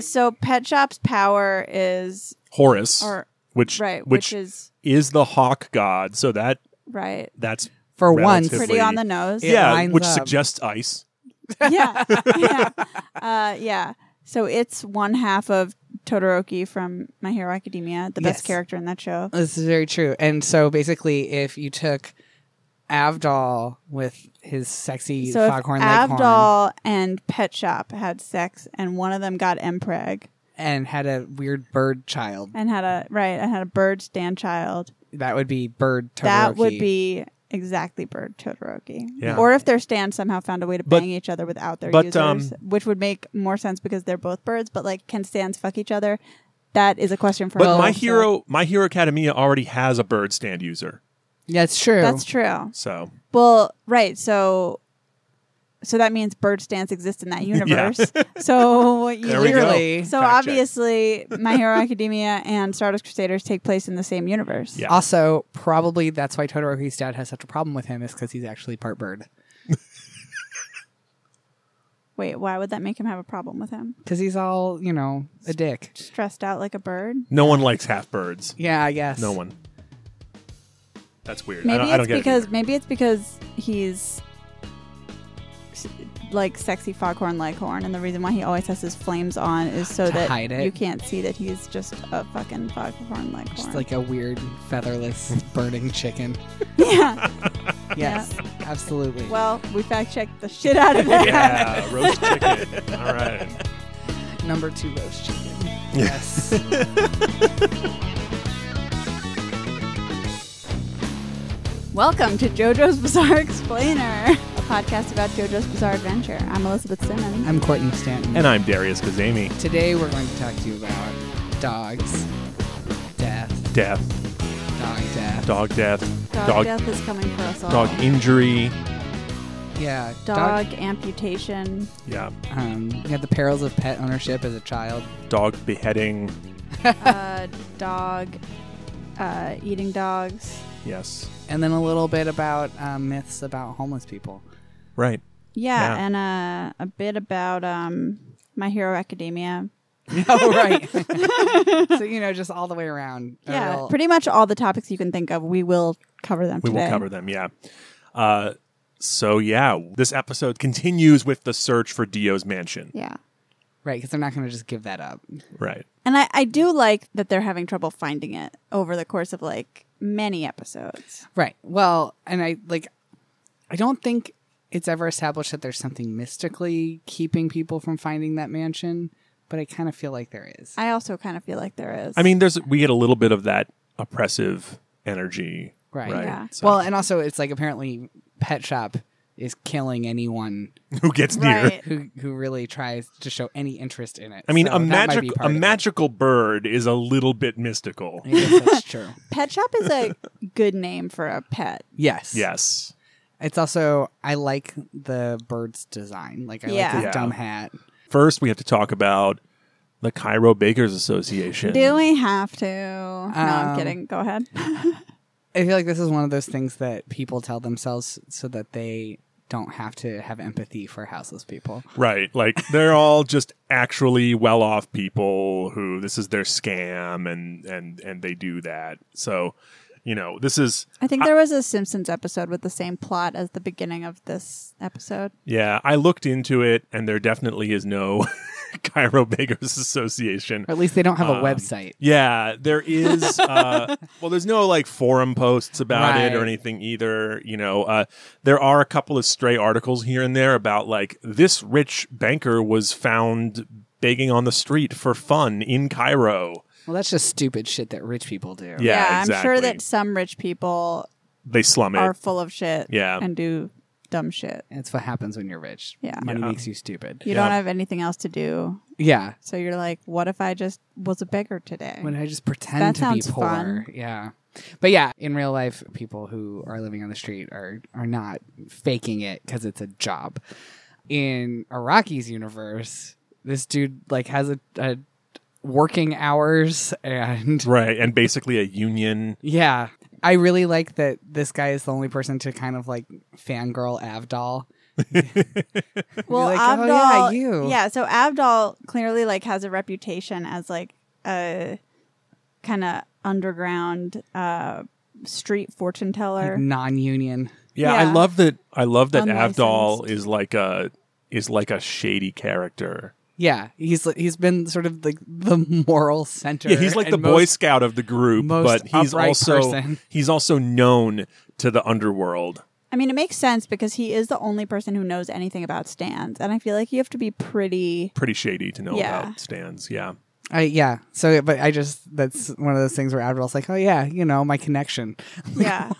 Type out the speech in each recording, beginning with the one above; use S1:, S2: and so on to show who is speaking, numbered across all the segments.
S1: so Pet Shop's power is
S2: Horus,
S1: or
S2: which
S1: right, which,
S2: which,
S1: is
S2: is the hawk god. So that
S1: right.
S2: that's
S3: for once.
S2: Relatively-
S1: Pretty on the nose.
S3: It
S2: yeah,
S3: lines
S2: which
S3: up.
S2: suggests ice.
S1: yeah. Yeah. Uh, yeah. So it's one half of Todoroki from My Hero Academia, the
S3: Yes.
S1: best character in that show.
S3: This is very true. And so basically, if you took Avdol with his sexy
S1: So if
S3: foghorn leghorn
S1: Avdol and Pet Shop had sex, and one of them got empreg
S3: and had a weird bird child,
S1: and had a right and had a bird stand child,
S3: that would be bird Todoroki.
S1: that would be exactly bird Todoroki.
S2: Yeah.
S1: Or if their stand somehow found a way to
S2: But-
S1: bang each other without their
S2: but,
S1: users,
S2: um,
S1: which would make more sense because they're both birds. But like, can stands fuck each other? That is a question for.
S2: But
S1: another
S2: my
S1: episode.
S2: hero, my hero academia already has a bird stand user.
S3: That's true.
S1: That's true.
S2: So
S1: Well, right. So, so that means bird stance exists in that universe. so you,
S2: There we go.
S3: Clearly.
S1: So
S2: Fact check.
S1: obviously, My Hero Academia and Stardust Crusaders take place in the same universe.
S2: Yeah.
S3: Also, probably that's why Todoroki's dad has such a problem with him is because he's actually part bird.
S1: Wait, why would that make him have a problem with him?
S3: Because he's all, you know, a dick.
S1: Stressed out like a bird.
S2: no one likes half birds.
S3: Yeah, I guess.
S2: No one. That's weird. I
S1: Maybe
S2: don't, I don't
S1: it's
S2: get
S1: because
S2: it.
S1: maybe it's because he's s- like sexy foghorn leghorn, and the reason why he always has his flames on is so
S3: To
S1: that
S3: hide it.
S1: you can't see that he's just a fucking foghorn leghorn.
S3: Just like a weird featherless birding chicken.
S1: yeah.
S3: Yes, absolutely.
S1: Well, we fact checked the shit out of that.
S2: Yeah, roast chicken. All right.
S3: Number two roast chicken. Yes.
S1: Welcome to JoJo's Bizarre Explainer, a podcast about JoJo's Bizarre Adventure. I'm Elizabeth Simmons.
S3: I'm Courtney Stanton.
S2: And I'm Darius Kazemi.
S3: Today we're going to talk to you about dogs, death,
S2: Death,
S3: dog death.
S2: dog death,
S1: Dog,
S2: dog
S1: death is coming for us all.
S2: dog injury.
S3: Yeah,
S1: Dog amputation.
S2: Yeah,
S3: Um, you have the perils of pet ownership as a child.
S2: dog beheading.
S1: uh, dog uh, eating dogs.
S2: Yes.
S3: And then a little bit about uh, myths about homeless people.
S2: Right.
S1: Yeah,
S2: Yeah.
S1: and uh, a bit about um, My Hero Academia.
S3: oh, right. so, you know, just all the way around. a
S1: Oh, Yeah,
S3: real-
S1: pretty much all the topics you can think of, we will cover them
S2: We
S1: today.
S2: will cover them. Yeah. Uh, so yeah, this episode continues with the search for Dio's mansion.
S1: Yeah.
S3: Right, because they're not going to just give that up.
S2: Right.
S1: And I, I do like that they're having trouble finding it over the course of like many episodes.
S3: Right. Well, and I like, I don't think it's ever established that there's something mystically keeping people from finding that mansion, but I kind of feel like there is.
S1: I also kind of feel like there is.
S2: I mean, there's we get a little bit of that oppressive energy.
S3: Right.
S1: Yeah.
S2: So-
S3: Well, and also it's like apparently Pet Shop is killing anyone
S2: who gets near?
S1: right.
S3: who who really tries to show any interest in it.
S2: I mean,
S3: So
S2: a
S3: that might
S2: magic
S3: be
S2: a
S3: part of it.
S2: magical bird is a little bit mystical.
S3: I guess that's true.
S1: Pet shop is a good name for a pet.
S3: Yes.
S2: Yes.
S3: It's also I like the bird's design. Like I like
S1: Yeah.
S3: his
S2: Yeah.
S3: dumb hat.
S2: First, we have to talk about the Cairo Bakers Association.
S1: Do we have to? No, I'm
S3: Um,
S1: kidding. Go ahead.
S3: I feel like this is one of those things that people tell themselves so that they don't have to have empathy for houseless people.
S2: Right. Like they're all just actually well off people who this is their scam and and and they do that. So, you know, this is
S1: I think there was a Simpsons episode with the same plot as the beginning of this episode.
S2: yeah, I looked into it and there definitely is no Cairo Bakers Association.
S3: Or at least they don't have a
S2: Um,
S3: website.
S2: Yeah, there is. Uh, well, there's no like forum posts about it or
S3: Right.
S2: anything either. You know, uh, there are a couple of stray articles here and there about like this rich banker was found begging on the street for fun in Cairo.
S3: Well, that's just stupid shit that rich people do.
S2: Yeah,
S1: I'm sure
S2: exactly.
S1: that some rich people
S2: They slum it.
S1: are full of shit
S2: Yeah.
S1: and do dumb shit.
S3: That's what happens when you're rich.
S1: Yeah.
S3: Money
S2: Yeah.
S3: makes you stupid.
S1: You
S2: Yeah.
S1: don't have anything else to do.
S3: Yeah.
S1: So you're like, what if I just was a beggar today?
S3: When I just pretend
S1: That
S3: to be
S1: sounds
S3: poor.
S1: fun.
S3: Yeah. But yeah, in real life, people who are living on the street are are not faking it because it's a job. In Iraqi's universe, this dude like has a, a working hours and
S2: right, and basically a union.
S3: yeah. I really like that this guy is the only person to kind of like fangirl Avdol
S1: Well,
S3: like, "Oh,
S1: Abdul,
S3: yeah, you."
S1: yeah, so Abdul clearly like has a reputation as like a kind of underground uh, street fortune teller.
S3: non-union.
S2: Yeah, I
S1: Yeah.
S2: love that. I love that Avdol
S1: Unlicensed.
S2: is like a is like a shady character.
S3: Yeah, he's he's been sort of like the moral center.
S2: Yeah, he's like
S3: and
S2: the Boy
S3: most-
S2: Scout of the group,
S3: most
S2: but he's
S3: upright
S2: also
S3: person.
S2: he's also known to the underworld.
S1: I mean, it makes sense because he is the only person who knows anything about stands, and I feel like you have to be pretty.
S2: Pretty shady to know
S1: Yeah.
S2: about stands. Yeah,
S3: I, yeah. So, but I just that's one of those things where Admiral's like, oh yeah, you know my connection.
S1: Yeah,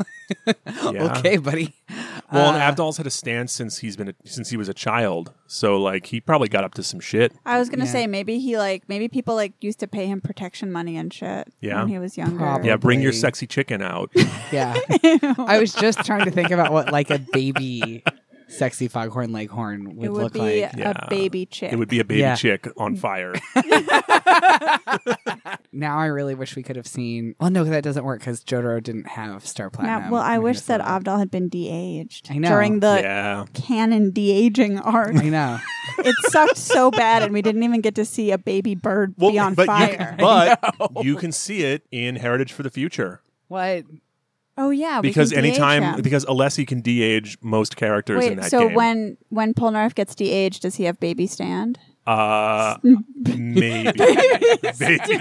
S2: Yeah.
S3: Okay, buddy. Uh,
S2: Well,
S1: Uh,
S2: and Abdal's had a stand since he's been a, since he was a child, so like he probably got up to some shit.
S1: I was gonna
S3: Yeah.
S1: say maybe he like maybe people like used to pay him protection money and shit
S2: Yeah.
S1: when he was younger.
S3: Probably.
S2: Yeah, bring your
S3: Probably.
S2: sexy chicken out.
S3: Yeah. I was just trying to think about what like a baby sexy foghorn leghorn would,
S1: It would
S3: look
S1: be
S3: like.
S1: a
S2: Yeah.
S1: baby chick.
S2: It would be a baby
S3: Yeah.
S2: chick on fire.
S3: Now I really wish we could have seen. Well, no, that doesn't work because Jotaro didn't have Star Platinum.
S1: yeah, well, I
S3: when he
S1: wish
S3: was
S1: that
S3: little.
S1: Abdul had been de-aged
S3: I know.
S1: during the
S2: yeah,
S1: canon de-aging arc.
S3: I know.
S1: it sucked so bad, and we didn't even get to see a baby bird be on
S2: but You
S1: fire.
S2: can, but you can see it in Heritage for the Future
S3: What?
S1: oh yeah, we
S2: because
S1: can de-age
S2: anytime
S1: him.
S2: because Alessi can de-age most characters in
S1: Wait,
S2: that
S1: so
S2: game.
S1: when when Polnareff gets de-aged, does he have baby stand?
S2: uh, maybe baby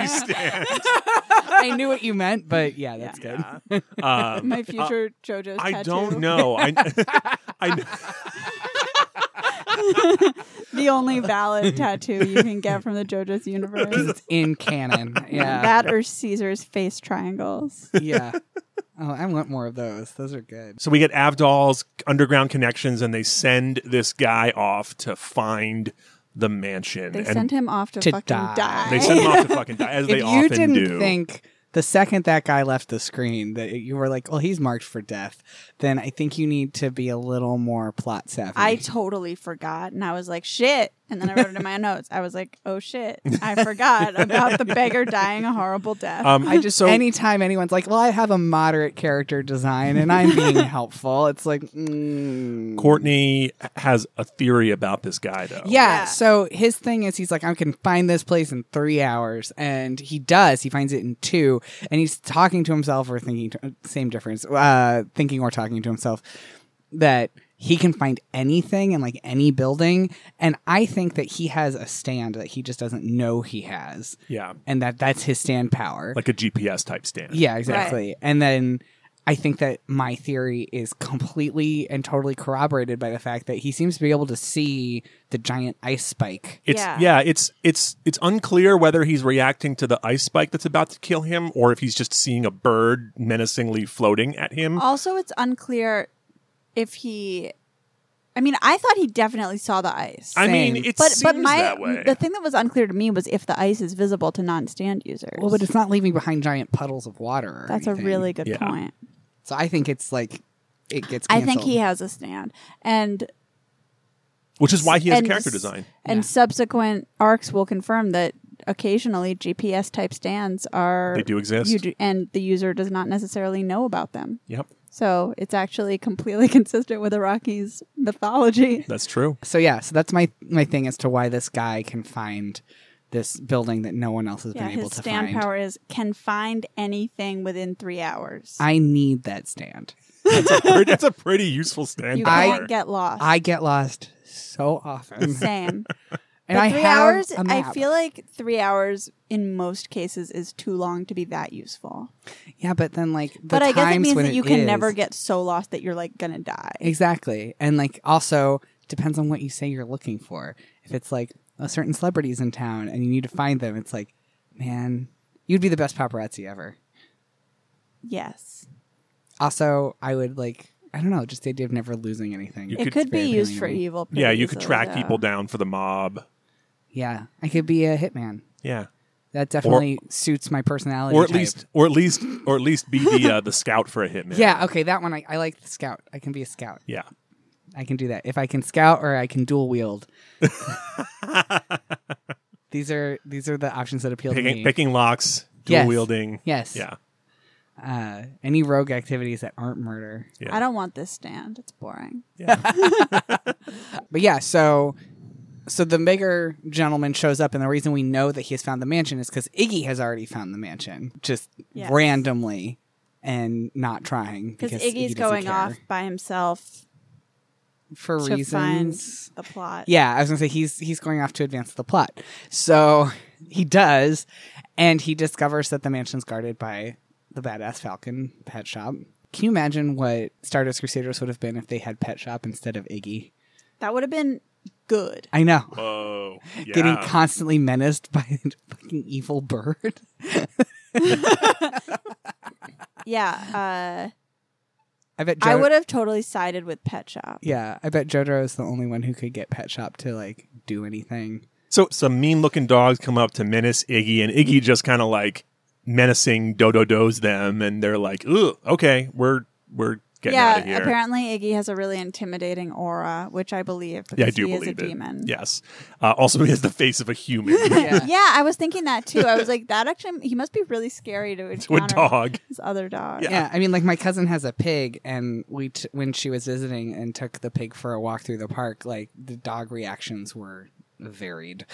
S2: stand.
S3: I knew what you meant, but yeah, that's good.
S2: Um,
S1: My future JoJo's
S2: I
S1: tattoo.
S2: don't know. I, I kn-
S1: The only valid tattoo you can get from the JoJo's universe.
S3: It's in canon. Yeah.
S1: That or Caesar's face triangles.
S3: yeah. Oh, I want more of those. Those are good.
S2: So we get Avdol's underground connections, and they send this guy off to find the mansion.
S1: They
S2: and
S1: send him off to,
S3: To
S1: fucking
S3: die.
S1: die.
S2: they send him off to fucking die, as they
S3: if you
S2: often
S3: didn't
S2: do.
S3: think the second that guy left the screen that you were like, "Well, he's marked for death," then I think you need to be a little more plot savvy.
S1: I totally forgot, and I was like, "Shit!" And then I wrote it in my notes. I was like, "Oh shit! I forgot about the beggar dying a horrible death."
S2: um,
S3: I just
S2: so
S3: anytime anyone's like, "Well, I have a moderate character design and I'm being helpful," it's like, mm.
S2: Courtney has a theory about this guy, though.
S3: yeah,
S1: Yeah.
S3: So his thing is, he's like, "I can find this place in three hours," and he does. He finds it in two, and he's talking to himself or thinking, to, same difference, uh, thinking or talking to himself that he can find anything in like any building, and I think that he has a stand that he just doesn't know he has,
S2: yeah,
S3: and that that's his stand power,
S2: like a GPS type stand.
S3: Yeah, exactly. And then I think that my theory is completely and totally corroborated by the fact that he seems to be able to see the giant ice spike.
S2: It's yeah.
S1: Yeah.
S2: it's it's it's unclear whether he's reacting to the ice spike that's about to kill him or if he's just seeing a bird menacingly floating at him.
S1: also, it's unclear if he. I mean, I thought he definitely saw the ice.
S2: I mean,
S3: same.
S2: it
S1: but
S2: seems
S1: but my
S2: that way.
S1: the thing that was unclear to me was if the ice is visible to non-stand users.
S3: Well, but it's not leaving behind giant puddles of water. or
S1: That's a
S3: anything.
S1: really good
S2: Yeah.
S1: point.
S3: So I think it's like it gets.
S1: I
S3: Canceled.
S1: think he has a stand, and
S2: which is why he has
S1: and
S2: character
S1: s-
S2: design.
S1: and
S3: Yeah.
S1: subsequent arcs will confirm that occasionally GPS type stands are
S2: They do exist.
S1: you do- and the user does not necessarily know about them.
S2: Yep,
S1: So it's actually completely consistent with Iraqi's mythology.
S2: that's true.
S3: So yeah, so that's my my thing as to why this guy can find this building that no one else has
S1: Yeah,
S3: been able
S1: his
S3: to
S1: stand
S3: find.
S1: power is can find anything within three hours.
S3: I need that stand.
S2: Pretty- that's a pretty useful stand.
S1: you
S3: I-
S1: can't get lost.
S3: I get lost so often.
S1: Same. But
S3: and I
S1: three
S3: have
S1: hours.
S3: a
S1: I
S3: map.
S1: feel like three hours in most cases is too long to be that useful.
S3: yeah, but then like the
S1: but I guess it
S3: times
S1: means
S3: when
S1: that you can
S3: is-
S1: never get so lost that you're like gonna die.
S3: Exactly. And like also depends on what you say you're looking for. If it's like a certain celebrity's in town and you need to find them, it's like, man, you'd be the best paparazzi ever.
S1: Yes,
S3: Also, I would like I don't know, just the idea of never losing anything.
S2: You
S1: it
S2: could-
S1: could be
S3: very
S1: used for
S3: appealing.
S1: evil. pretty
S2: yeah, you could
S1: easily,
S2: track
S1: though.
S2: people down for the mob.
S3: yeah. I could be a hitman.
S2: Yeah,
S3: That definitely suits my personality.
S2: or at
S3: type.
S2: least, or at least, or at least be the uh, the scout for a hitman.
S3: Yeah, okay, that one I, I like the scout. I can be a scout.
S2: yeah.
S3: I can do that. If I can scout or I can dual wield. these are these are the options that appeal to
S2: Picking,
S3: me.
S2: picking locks, dual
S3: Yes.
S2: wielding.
S3: Yes.
S2: Yeah,
S3: uh, any rogue activities that aren't murder.
S2: Yeah.
S1: I don't want this stand. It's boring.
S3: But yeah, so so the bigger gentleman shows up, and the reason we know that he has found the mansion is because Iggy has already found the mansion, just
S1: Yes.
S3: randomly and not trying
S1: Because
S3: Iggy
S1: Iggy's
S3: doesn't
S1: going
S3: care
S1: off by himself
S3: for
S1: to
S3: reasons.
S1: find the plot.
S3: Yeah, I was gonna say he's he's going off to advance the plot. So he does, and he discovers that the mansion's guarded by the badass Falcon pet shop. Can you imagine what Stardust Crusaders would have been if they had Pet Shop instead of Iggy?
S1: That would have been good.
S3: I know.
S2: Whoa. Yeah.
S3: Getting constantly menaced by a fucking evil bird.
S1: Yeah. Uh,
S3: I bet
S1: I
S3: Jo-
S1: would have totally sided with Pet Shop.
S3: Yeah, I bet Jojo is the only one who could get Pet Shop to like do anything.
S2: so some mean looking dogs come up to menace Iggy, and Iggy
S3: Mm-hmm.
S2: just kind of like menacing Dodo does them, and they're like, "Ooh, okay, we're we're getting out of here."
S1: Yeah, apparently Iggy has a really intimidating aura, which I believe because
S2: yeah, I do
S1: he is
S2: believe
S1: a
S2: it.
S1: demon.
S2: Yes. Uh, also, he has the face of a human.
S3: Yeah.
S1: Yeah, I was thinking that too. I was like, that actually, he must be really scary to
S2: to a
S1: encounter
S2: dog.
S1: his other dog.
S2: Yeah.
S3: Yeah, I mean, like my cousin has a pig, and we t- when she was visiting and took the pig for a walk through the park, like the dog reactions were varied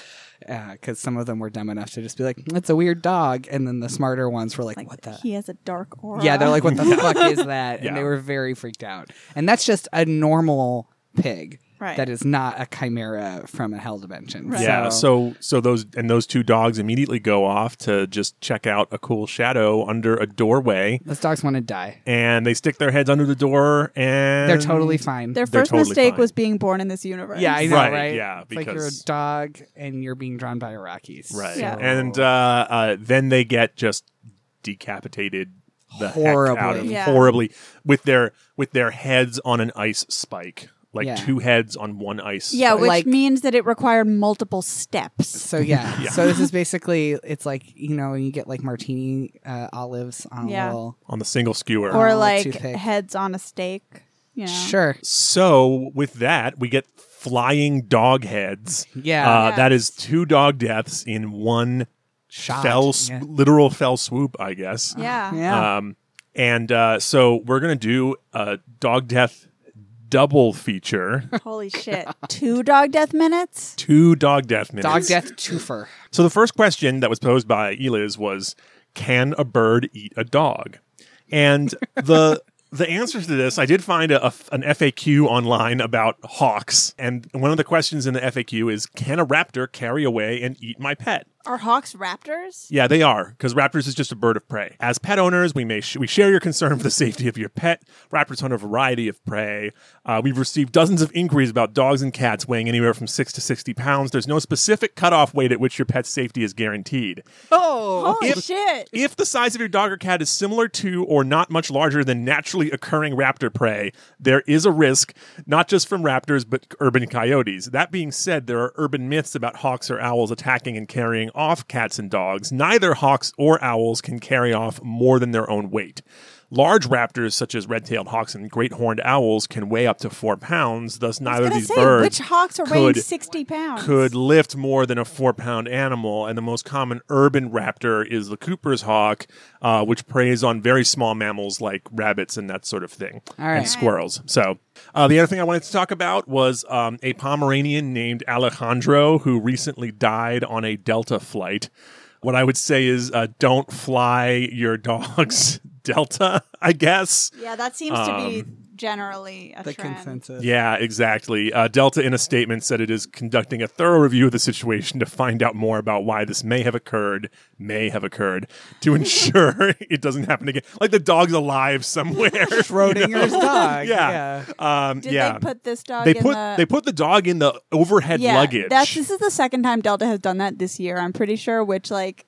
S3: because some of them were dumb enough to just be like, "It's a weird dog," and then the smarter ones were like,
S1: Like,
S3: "What the."
S1: He has a dark aura.
S3: yeah, they're like, what the fuck is that? And
S2: Yeah.
S3: they were very freaked out. And that's just a normal pig
S1: Right.
S3: that is not a chimera from a hell dimension.
S1: Right.
S2: Yeah, so so those and those two dogs immediately go off to just check out a cool shadow under a doorway,
S3: those dogs want to die.
S2: and they stick their heads under the door, and
S3: They're totally fine.
S1: Their
S2: They're
S1: first
S2: totally
S1: mistake
S2: fine.
S1: was being born in this universe.
S3: yeah, I know, right?
S2: Right, yeah,
S3: It's like you're a
S2: because-
S3: dog and you're being drawn by Iraqis,
S2: right.
S1: Yeah.
S2: And uh, uh, then they get just decapitated the horribly, heck out of,
S3: Horribly.
S1: Yeah.
S2: horribly with their with their heads on an ice spike, like
S3: Yeah.
S2: two heads on one ice.
S1: Yeah,
S2: spike.
S1: which
S3: Like-
S1: means that it required multiple steps.
S3: So yeah.
S2: Yeah.
S3: so this is basically it's like you know you get like martini uh, olives on a
S1: Yeah.
S3: little
S2: on the single skewer.
S1: Or
S3: Oh,
S1: like
S3: toothpick.
S1: heads on a stake. You know?
S3: sure
S2: So with that, we get flying dog heads.
S3: Yeah.
S2: uh,
S1: Yes.
S2: that is two dog deaths in one
S3: shot
S2: fell, sw-
S3: yeah.
S2: literal fell swoop, I guess.
S1: Yeah.
S3: Yeah.
S2: Um, and uh, so we're gonna do a dog death double feature,
S1: Holy shit. Two dog death minutes?
S2: two dog death minutes.
S3: dog death twofer.
S2: So the first question that was posed by Eliz was, "Can a bird eat a dog?" And the the answers to this, I did find a, a- an FAQ online about hawks, and one of the questions in the FAQ is, "Can a raptor carry away and eat my pet?"
S1: Are hawks raptors?
S2: Yeah, they are, because raptors is just a bird of prey. As pet owners, we may sh- we share your concern for the safety of your pet. Raptors hunt a variety of prey. Uh, we've received dozens of inquiries about dogs and cats weighing anywhere from six to sixty pounds. There's no specific cutoff weight at which your pet's safety is guaranteed.
S3: Oh,
S1: Holy
S2: If-
S1: shit.
S2: If the size of your dog or cat is similar to or not much larger than naturally occurring raptor prey, there is a risk, not just from raptors, but urban coyotes. That being said, there are urban myths about hawks or owls attacking and carrying off cats and dogs. Neither hawks or owls can carry off more than their own weight. Large raptors, such as red tailed hawks and great horned owls, can weigh up to four pounds, thus, neither of
S1: gonna
S2: these
S1: say,
S2: birds
S1: which hawks are weighing
S2: could-
S1: 60 pounds?
S2: could lift more than a four pound animal. And the most common urban raptor is the Cooper's hawk, uh, which preys on very small mammals like rabbits and that sort of thing,
S3: All right.
S2: and squirrels. So, uh, the other thing I wanted to talk about was um, a Pomeranian named Alejandro who recently died on a Delta flight. What I would say is uh, don't fly your dogs Delta, I guess.
S1: Yeah, that seems to be
S2: um,
S1: generally a
S3: the
S1: trend.
S3: consensus.
S2: Yeah, exactly. Uh, Delta, in a statement, said it is conducting a thorough review of the situation to find out more about why this may have occurred, may have occurred, to ensure it doesn't happen again. Like the dog's alive somewhere.
S3: Schrodinger's dog.
S2: yeah. Um,
S1: Did
S2: yeah.
S1: they put this dog
S2: They
S1: in
S2: put
S1: the
S2: they put the dog in the overhead
S1: yeah,
S2: luggage.
S1: That's this is the second time Delta has done that this year, I'm pretty sure, which like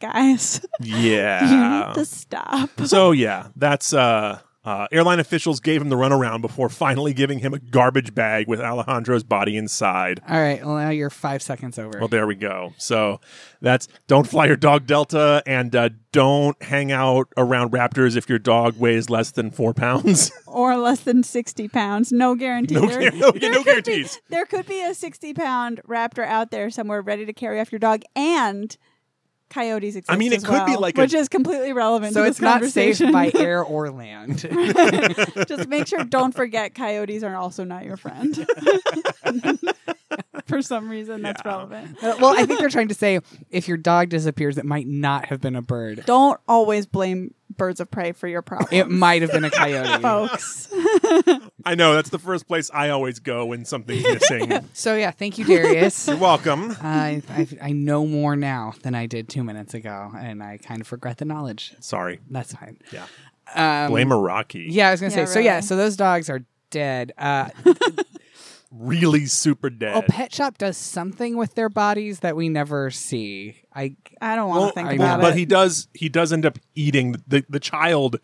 S1: guys, you
S2: yeah.
S1: need to stop.
S2: so yeah, that's uh, uh, airline officials gave him the runaround before finally giving him a garbage bag with Alejandro's body inside.
S3: All right. Well, now you're five seconds over.
S2: Well, there we go. So that's don't fly your dog Delta and uh, don't hang out around raptors if your dog weighs less than four pounds.
S1: Or less than sixty pounds. No guarantee.
S2: no,
S1: there,
S2: guar- no,
S1: there
S2: no
S1: could be-
S2: guarantees.
S1: there could be a sixty pound raptor out there somewhere ready to carry off your dog and coyotes exist.
S2: I mean, it
S1: as
S2: could be
S1: well,
S2: like a-
S1: which is completely relevant.
S3: So
S1: to
S3: it's
S1: this
S3: not safe
S1: conversation.
S3: by air or land.
S1: Just make sure. Don't forget, coyotes are also not your friend. For some reason, that's
S2: Yeah.
S1: relevant.
S3: Uh, well, I think they're trying to say if your dog disappears, it might not have been a bird.
S1: Don't always blame birds of prey for your
S3: It
S1: problem,
S3: might have been a
S1: Oh.
S3: coyote.
S1: folks.
S2: I know that's the first place I always go when something's missing.
S3: so yeah, thank you, Darius.
S2: You're welcome.
S3: I, I I know more now than I did two minutes ago, and I kind of regret the knowledge.
S2: Sorry.
S3: That's fine.
S2: Yeah.
S3: Um,
S2: Blame Iraqi.
S3: Yeah, I was gonna say.
S1: Yeah,
S3: So yeah,
S1: really.
S3: so those dogs are dead. Uh,
S2: Really super
S3: a
S2: dead.
S3: pet shop does something with their bodies that we never see. I
S1: I don't want to
S2: Well,
S1: think
S3: I
S1: about
S3: know,
S2: but
S1: it.
S2: he does he does end up eating the the child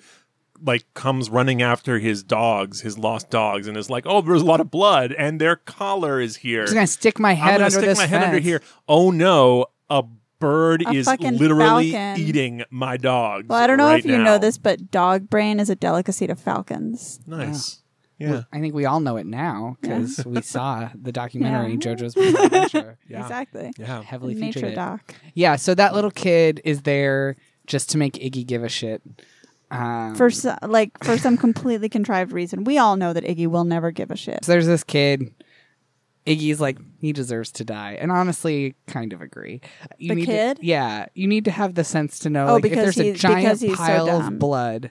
S2: like comes running after his dogs, his lost dogs, and is like, "Oh, there's a lot of blood, and their collar is here.
S3: I'm just gonna stick my
S2: Er, I'm
S3: head
S2: gonna
S3: under
S2: stick
S3: this
S2: my head under
S3: fence.
S2: here. Oh no, a bird
S1: A
S2: is
S1: fucking
S2: literally
S1: falcon.
S2: eating my dogs.
S1: well, I don't know
S2: right
S1: if you
S2: now.
S1: know this, but dog brain is a delicacy to falcons.
S2: Nice. Yeah.
S3: I think we all know it now because we saw the documentary JoJo's Bizarre Adventure,
S2: Yeah.
S1: Exactly.
S2: Yeah.
S3: heavily featured.
S1: Nature
S3: it.
S1: doc.
S3: Yeah, so that little kid is there just to make Iggy give a shit. Um,
S1: For so, like for some completely contrived reason, we all know that Iggy will never give a shit.
S3: so there's this kid. Iggy's like he deserves to die, and honestly, kind of agree. You
S1: The
S3: need to-
S1: kid?
S3: yeah, you need to have the sense to know
S1: Oh,
S3: like, if
S1: because
S3: there's a
S1: he- because
S3: giant
S1: he's so
S3: pile
S1: dumb.
S3: of blood.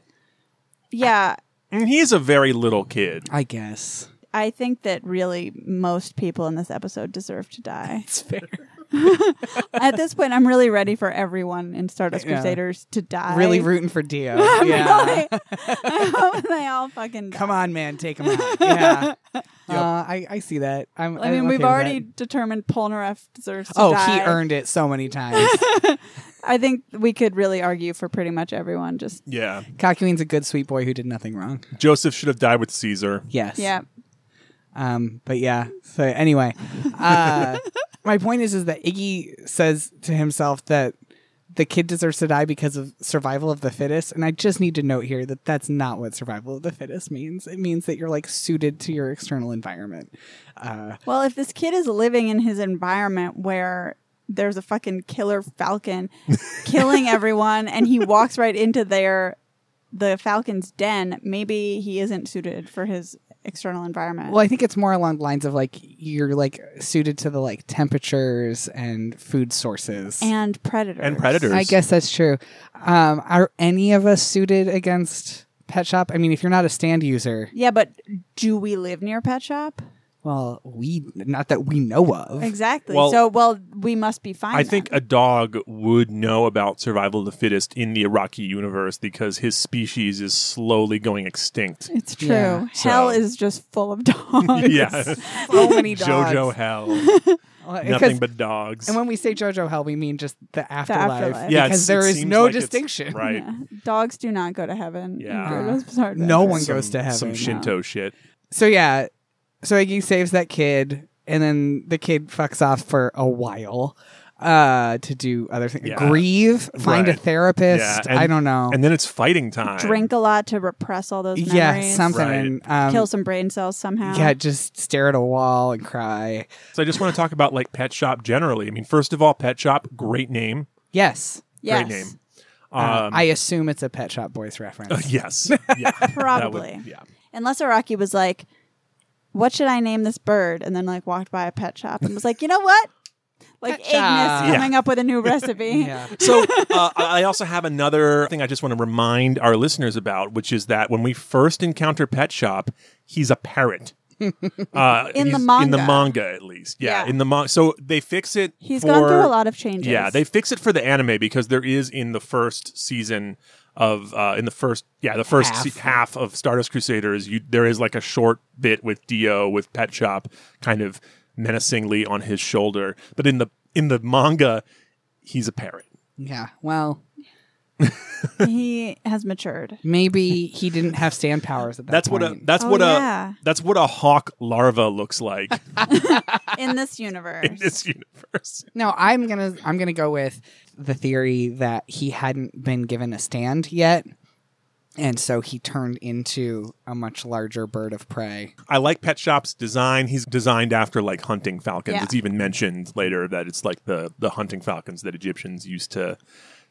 S1: Yeah,
S2: And he's Mm, a very little kid.
S3: I guess
S1: I think that really most people in this episode deserve to die.
S3: it's fair.
S1: At this point, I'm really ready for everyone in Stardust
S3: Yeah.
S1: Crusaders to die.
S3: really rooting for Dio.
S1: I'm
S3: yeah,
S1: really- I hope they all fucking die.
S3: come on, man, take him out. Yeah, uh, I, I see that. I'm,
S1: I mean,
S3: I'm
S1: we've
S3: okay with
S1: already
S3: that.
S1: determined Polnareff deserves to
S3: Oh,
S1: die.
S3: he earned it so many times.
S1: I think we could really argue for pretty much everyone. Just
S2: Yeah.
S3: Cockyween's a good sweet boy who did nothing wrong.
S2: Joseph should have died with Caesar.
S3: Yes.
S1: yeah,
S3: Um, but yeah. So anyway, uh, my point is, is that Iggy says to himself that the kid deserves to die because of survival of the fittest. And I just need to note here that that's not what survival of the fittest means. It means that you're like suited to your external environment. Uh,
S1: Well, if this kid is living in his environment where there's a fucking killer falcon killing everyone and he walks right into their the falcon's den, maybe he isn't suited for his external environment.
S3: well, I think it's more along the lines of like you're like suited to the like temperatures and food sources.
S1: and predators.
S2: And predators.
S3: I guess that's true. Um, are any of us suited against pet shop? I mean, if you're not a stand user,
S1: Yeah, but do we live near pet shop?
S3: well, we not that we know of.
S1: Exactly.
S2: Well-
S1: so well we must be fine.
S2: I think
S1: then.
S2: a dog would know about survival of the fittest in the Iraqi universe because his species is slowly going extinct.
S1: it's true.
S3: Yeah.
S1: Hell
S2: So-
S1: is just full of dogs.
S2: yeah.
S3: So many dogs.
S2: Jojo hell.
S3: Well, because-
S2: Nothing but dogs.
S3: And when we say JoJo Hell, we mean just the afterlife.
S1: afterlife.
S2: yeah, it's-
S3: because there
S2: it
S3: is
S2: seems
S3: no
S2: like it's-
S3: distinction.
S2: Right.
S1: Yeah. Dogs do not go to heaven. in
S2: Yeah.
S1: Jojo's Bizarre
S3: No
S1: Adventure.
S3: one goes to heaven.
S2: Some
S3: No.
S2: Shinto shit.
S3: So yeah, so Iggy saves that kid, and then the kid fucks off for a while uh to do other things
S2: Yeah.
S3: grieve find a
S2: Right.
S3: therapist
S2: Yeah, and-
S3: i don't know
S2: And then it's fighting time.
S1: drink a lot to repress all those memories.
S3: yeah something
S2: Right.
S3: and, um,
S1: Kill some brain cells somehow.
S3: Yeah, just stare at a wall and cry.
S2: So I just want to talk about like Pet Shop generally. I mean, first of all, Pet Shop, great name.
S3: Yes.
S1: yes.
S2: Great name.
S3: Uh,
S2: Um,
S3: I assume it's a Pet Shop Boys reference.
S2: yes. Yeah. That would-
S1: Probably.
S2: yeah.
S1: Unless Iraqi was like, "What should I name this bird?" and then like walked by a pet shop and was like, "You know what?" Like
S3: Pet
S1: Ignis
S3: shop.
S2: Yeah.
S1: coming up with a new recipe.
S3: yeah.
S2: So uh, I I also have another thing I just want to remind our listeners about, which is that when we first encounter Pet Shop, he's a parrot. Uh,
S1: In the
S2: he's- in the
S1: manga.
S2: manga at least, yeah,
S1: Yeah.
S2: in the manga. So they fix it.
S1: He's
S2: for,
S1: gone through a lot of changes.
S2: Yeah, they fix it for the anime because there is in the first season of uh, in the first yeah the first
S3: Half.
S2: half, half of Stardust Crusaders you there is like a short bit with Dio with Pet Shop kind of menacingly on his shoulder, but in the in the manga he's a parrot.
S3: Yeah. Well,
S1: he has matured.
S3: maybe he didn't have stand powers at that
S2: That's
S3: point.
S2: what a that's
S1: Oh,
S2: what a
S1: yeah.
S2: that's what a hawk larva looks like
S1: In this universe.
S2: in this universe.
S3: No, I'm gonna I'm gonna go with the theory that he hadn't been given a stand yet, and so he turned into a much larger bird of prey.
S2: I like Pet Shop's design. He's designed after like hunting falcons.
S1: Yeah.
S2: It's even mentioned later that it's like the the hunting falcons that Egyptians used to,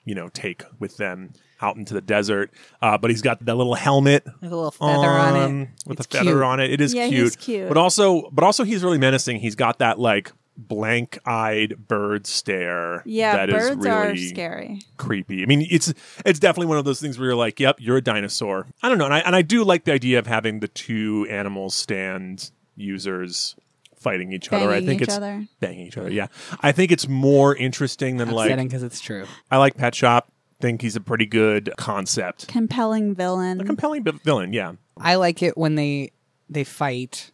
S2: you know, take with them out into the desert. Uh, but he's got that little helmet
S3: With a little feather on, it.
S2: Um, with
S3: It's
S2: a feather
S3: cute.
S2: on it. It is
S1: Yeah,
S2: cute.
S1: he's cute.
S2: But also, but also, he's really menacing. He's got that like blank-eyed bird stare.
S1: Yeah,
S2: that is
S1: birds are
S2: really
S1: scary.
S2: creepy. I mean, it's it's definitely one of those things where you're like, "Yep, you're a dinosaur." I don't know, and I and I do like the idea of having the two animals stand users fighting each other. I
S1: Banging
S2: think
S1: each
S2: it's
S1: other.
S2: banging each other. Yeah, I think it's more interesting than
S3: Upsetting
S2: like
S3: because it's true.
S2: I like Pet Shop. Think he's a pretty good concept,
S1: Compelling villain.
S2: compelling vi- villain. Yeah,
S3: I like it when they they fight,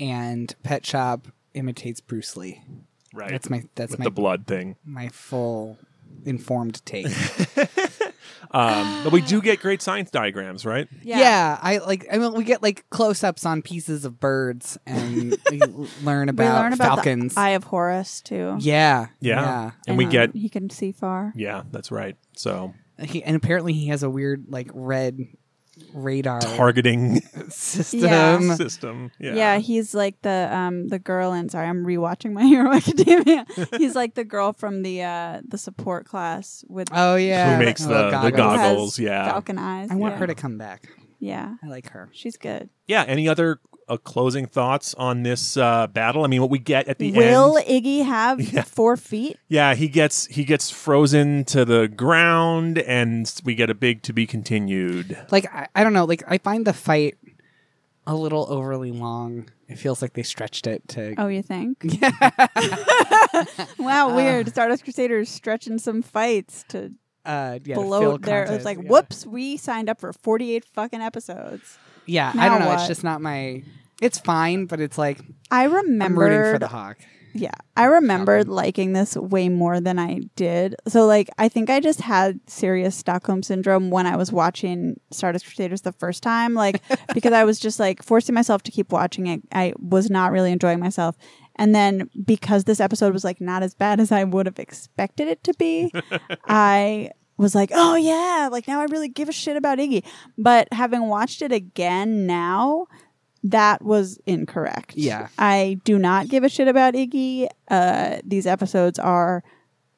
S3: and Pet Shop imitates Bruce Lee.
S2: right.
S3: That's my that's
S2: with
S3: my
S2: the blood thing.
S3: my full informed take.
S2: Um, but we do get great science diagrams, right?
S3: yeah. I like. I mean, we get like close ups on pieces of birds, and we l- learn
S1: we
S3: about
S1: learn about
S3: falcons.
S1: the Eye of Horus too.
S3: yeah,
S2: Yeah. And
S1: Uh-huh.
S2: we get-
S1: he can see far.
S2: Yeah, that's right. So
S3: yeah. He, and apparently, he has a weird like red radar
S2: targeting
S3: system.
S1: Yeah.
S2: system. Yeah.
S1: Yeah. he's like the um the girl in sorry, I'm rewatching my Hero Academia. he's like the girl from the uh the support class with
S3: Oh yeah,
S2: Who makes
S3: Oh,
S2: the, the
S3: goggles.
S1: who has
S2: goggles? Yeah.
S1: falcon eyes.
S3: I want
S1: yeah.
S3: her to come back.
S1: Yeah,
S3: I like her.
S1: she's good.
S2: yeah any other uh, closing thoughts on this uh, battle i mean what we get at the
S1: Will
S2: end
S1: Iggy have
S2: Yeah.
S1: four feet?
S2: yeah he gets he gets frozen to the ground and we get a big to be continued
S3: Like I, I don't know. Like I find the fight a little overly long. It feels like they stretched it to.
S1: Oh, you think? Yeah. wow, weird. Stardust Crusaders stretching some fights to
S3: Uh, yeah, to fill
S1: below there. It's
S3: content.
S1: like,
S3: Yeah.
S1: whoops, we signed up for 48 fucking episodes.
S3: Yeah, I
S1: Now
S3: don't know. It's
S1: what?
S3: just not my. It's fine, but it's like
S1: I
S3: I'm rooting for
S1: remember.
S3: the hawk.
S1: Yeah, I remembered liking this way more than I did. So, like, I think I just had serious Stockholm syndrome when I was watching Stardust Crusaders the first time, like, because I was just like forcing myself to keep watching it. I was not really enjoying myself. And then because this episode was like not as bad as I would have expected it to be, I was like, oh yeah, like now I really give a shit about Iggy. But having watched it again now, that was incorrect.
S3: Yeah.
S1: I do not give a shit about Iggy. Uh, these episodes are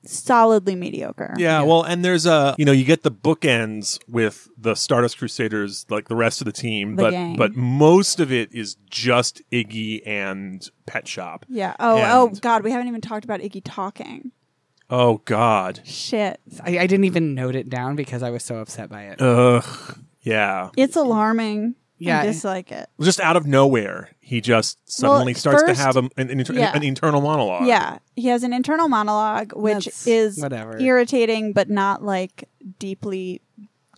S1: solidly mediocre.
S2: yeah, well and there's a you know you get the bookends with the stardust crusaders like the rest of the team
S1: The
S2: but
S1: gang.
S2: but most of it is just iggy and pet shop
S1: Yeah. Oh, oh
S2: And-
S1: God, we haven't even talked about Iggy talking.
S2: oh god
S1: Shit.
S3: I, I didn't even note it down because I was so upset by it.
S2: ugh yeah
S1: It's alarming.
S3: Yeah.
S1: I dislike it.
S2: just out of nowhere he just suddenly starts
S1: first-
S2: to have a, an, an, inter-
S1: yeah.
S2: an internal monologue
S1: Yeah. He has an internal monologue, which
S3: That's-
S1: is
S3: whatever.
S1: irritating, but not like deeply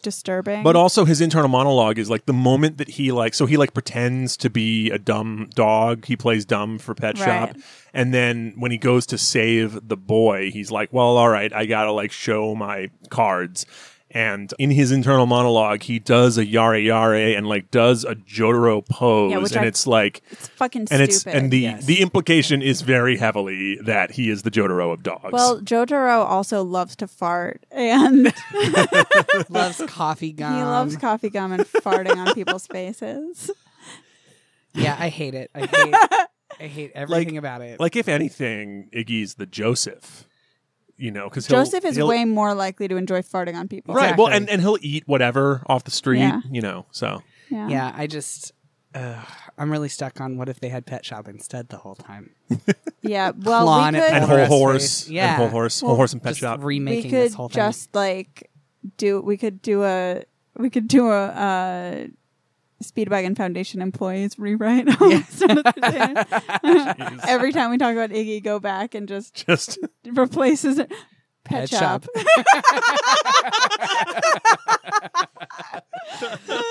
S1: disturbing.
S2: But also his internal monologue is like the moment that he like so he like pretends to be a dumb dog. He plays dumb for Pet Shop.
S1: Right.
S2: And then when he goes to save the boy, he's like, "Well, all right, I got to like show my cards." And in his internal monologue, he does a yare yare and like does a Jotaro pose
S1: which
S2: and
S1: I-
S2: it's like
S1: it's fucking stupid.
S2: and it's and the
S3: yes.
S2: the implication is very heavily that he is the Jotaro of dogs.
S1: well, Jotaro also loves to fart, and
S3: loves coffee gum.
S1: he loves coffee gum and farting on people's faces.
S3: Yeah, I hate it. I hate. I hate everything about it.
S2: like if anything, Iggy's the Joseph. You know, because
S1: Joseph is way more likely to enjoy farting on people.
S2: Right. Well,
S3: Exactly.
S2: and, and he'll eat whatever off the street,
S1: Yeah.
S2: you know. So
S1: Yeah.
S3: yeah, I just. Uh, I'm really stuck on what if they had pet shop instead the whole time.
S1: Yeah, Well,
S3: Clawing
S1: we
S3: at
S1: could
S2: and
S3: Whole
S2: whole
S3: horse
S2: horse,
S3: face. Yeah.
S2: and whole horse, whole
S1: Well,
S2: horse and pet
S3: just
S2: shop.
S1: we
S3: remaking
S1: could
S3: this whole thing.
S1: just like do we could do a we could do a uh, Speedwagon Foundation employees rewrite.
S2: Jeez.
S1: Every time we talk about Iggy, go back and just
S2: Just
S1: replaces it. Pet,
S3: Pet
S1: shop.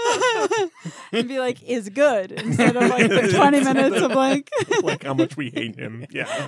S1: and be like, is good instead of like the 20 minutes of like,
S2: like how much we hate him. Yeah.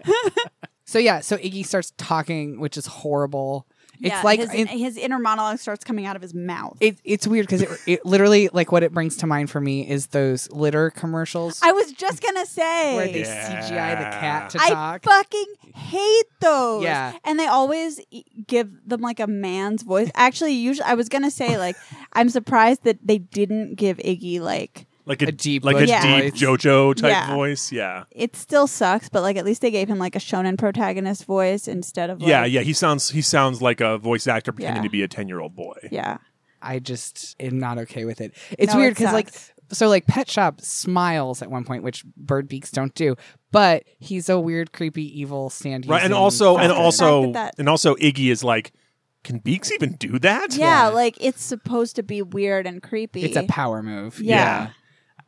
S3: So yeah, so Iggy starts talking, which is horrible. It's
S1: Yeah,
S3: like
S1: his,
S3: it-
S1: his inner monologue starts coming out of his mouth.
S3: it, it's weird because it, it literally like what it brings to mind for me is those litter commercials
S1: I was just gonna
S3: where
S1: say
S3: they CGI the cat to
S1: I
S3: talk.
S1: fucking hate those.
S3: Yeah.
S1: And they always e- give them like a man's voice. Actually, usually I was gonna say like I'm surprised that they didn't give Iggy like
S2: like a,
S3: A deep
S2: like a
S1: voice. Yeah.
S2: deep JoJo type
S1: Yeah.
S2: voice. Yeah,
S1: it still sucks, but like at least they gave him like a shonen protagonist voice instead of like,
S2: yeah, yeah. He sounds he sounds like a voice actor pretending
S1: Yeah.
S2: to be a ten year old boy.
S1: yeah.
S3: I just am not okay with it. It's
S1: No,
S3: weird
S1: it
S3: because like
S1: sucks.
S3: so like Pet Shop smiles at one point, which bird beaks don't do, but he's a weird, creepy, evil Sandy.
S2: Right, and also and
S1: Falcon.
S2: also
S1: Back at that.
S2: and also Iggy is like, can Beaks even do that?
S1: Yeah, like it's supposed to be weird and creepy.
S3: it's a power move.
S1: Yeah. And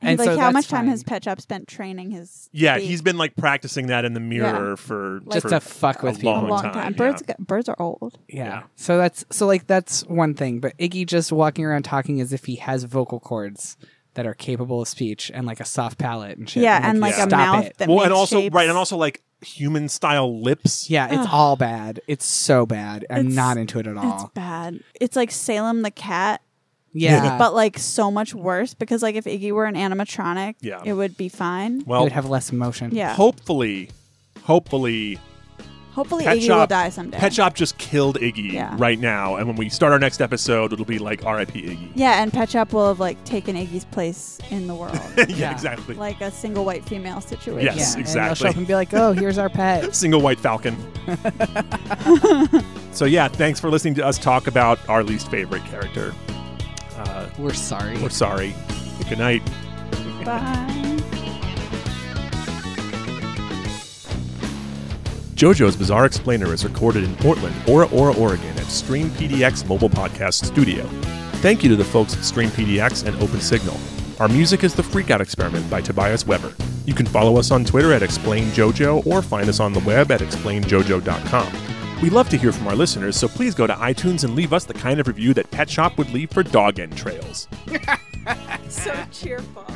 S3: And
S1: like
S3: so
S1: how
S3: that's
S1: much time
S3: fine.
S1: has Pet Shop spent training his
S2: Yeah,
S1: beak?
S2: he's been like practicing that in the mirror for
S3: Just
S2: for
S3: to fuck
S2: a
S3: with people.
S1: a
S2: long,
S1: long
S2: time.
S1: time.
S2: yeah.
S1: Birds birds are old.
S3: Yeah.
S2: Yeah.
S3: So that's so like that's one thing, but Iggy just walking around talking as if he has vocal cords that are capable of speech and like a soft palate and shit.
S1: Yeah,
S3: I'm
S1: and like a
S3: "Stop
S1: mouth
S3: it."
S1: that
S2: well,
S1: makes
S2: and also
S1: shapes.
S2: right, and also like human style lips.
S3: yeah, it's all bad. It's so bad. I'm
S1: It's-
S3: not into it at
S1: That's
S3: all.
S1: bad. It's like Salem the cat,
S3: Yeah.
S1: but like so much worse because like if Iggy were an animatronic,
S2: Yeah.
S1: it would be fine.
S3: it
S2: Well,
S3: would have less emotion.
S1: Yeah.
S2: hopefully, hopefully,
S1: Hopefully
S2: Pet
S1: Iggy
S2: Shop
S1: will die someday.
S2: Pet Shop just killed Iggy
S1: Yeah.
S2: right now, and when we start our next episode, it'll be like R.I.P. Iggy.
S1: yeah, and Pet Shop will have like taken Iggy's place in the world.
S3: Yeah.
S2: exactly.
S1: like a single white female situation.
S2: Yes.
S3: Yeah, And they'll show
S2: exactly.
S3: up and be like, "Oh, here's our pet."
S2: Single white falcon. so yeah, thanks for listening to us talk about our least favorite character. Uh,
S3: We're sorry.
S2: we're sorry. Good night.
S1: Bye.
S2: JoJo's Bizarre Explainer is recorded in Portland, Ora Ora, Oregon at Stream PDX Mobile Podcast Studio. Thank you to the folks at Stream PDX and Open Signal. Our music is The Freakout Experiment by Tobias Weber. You can follow us on Twitter at ExplainJojo or find us on the web at explainjojo.com. We love to hear from our listeners, so please go to iTunes and leave us the kind of review that Pet Shop would leave for dog entrails.
S1: So cheerful.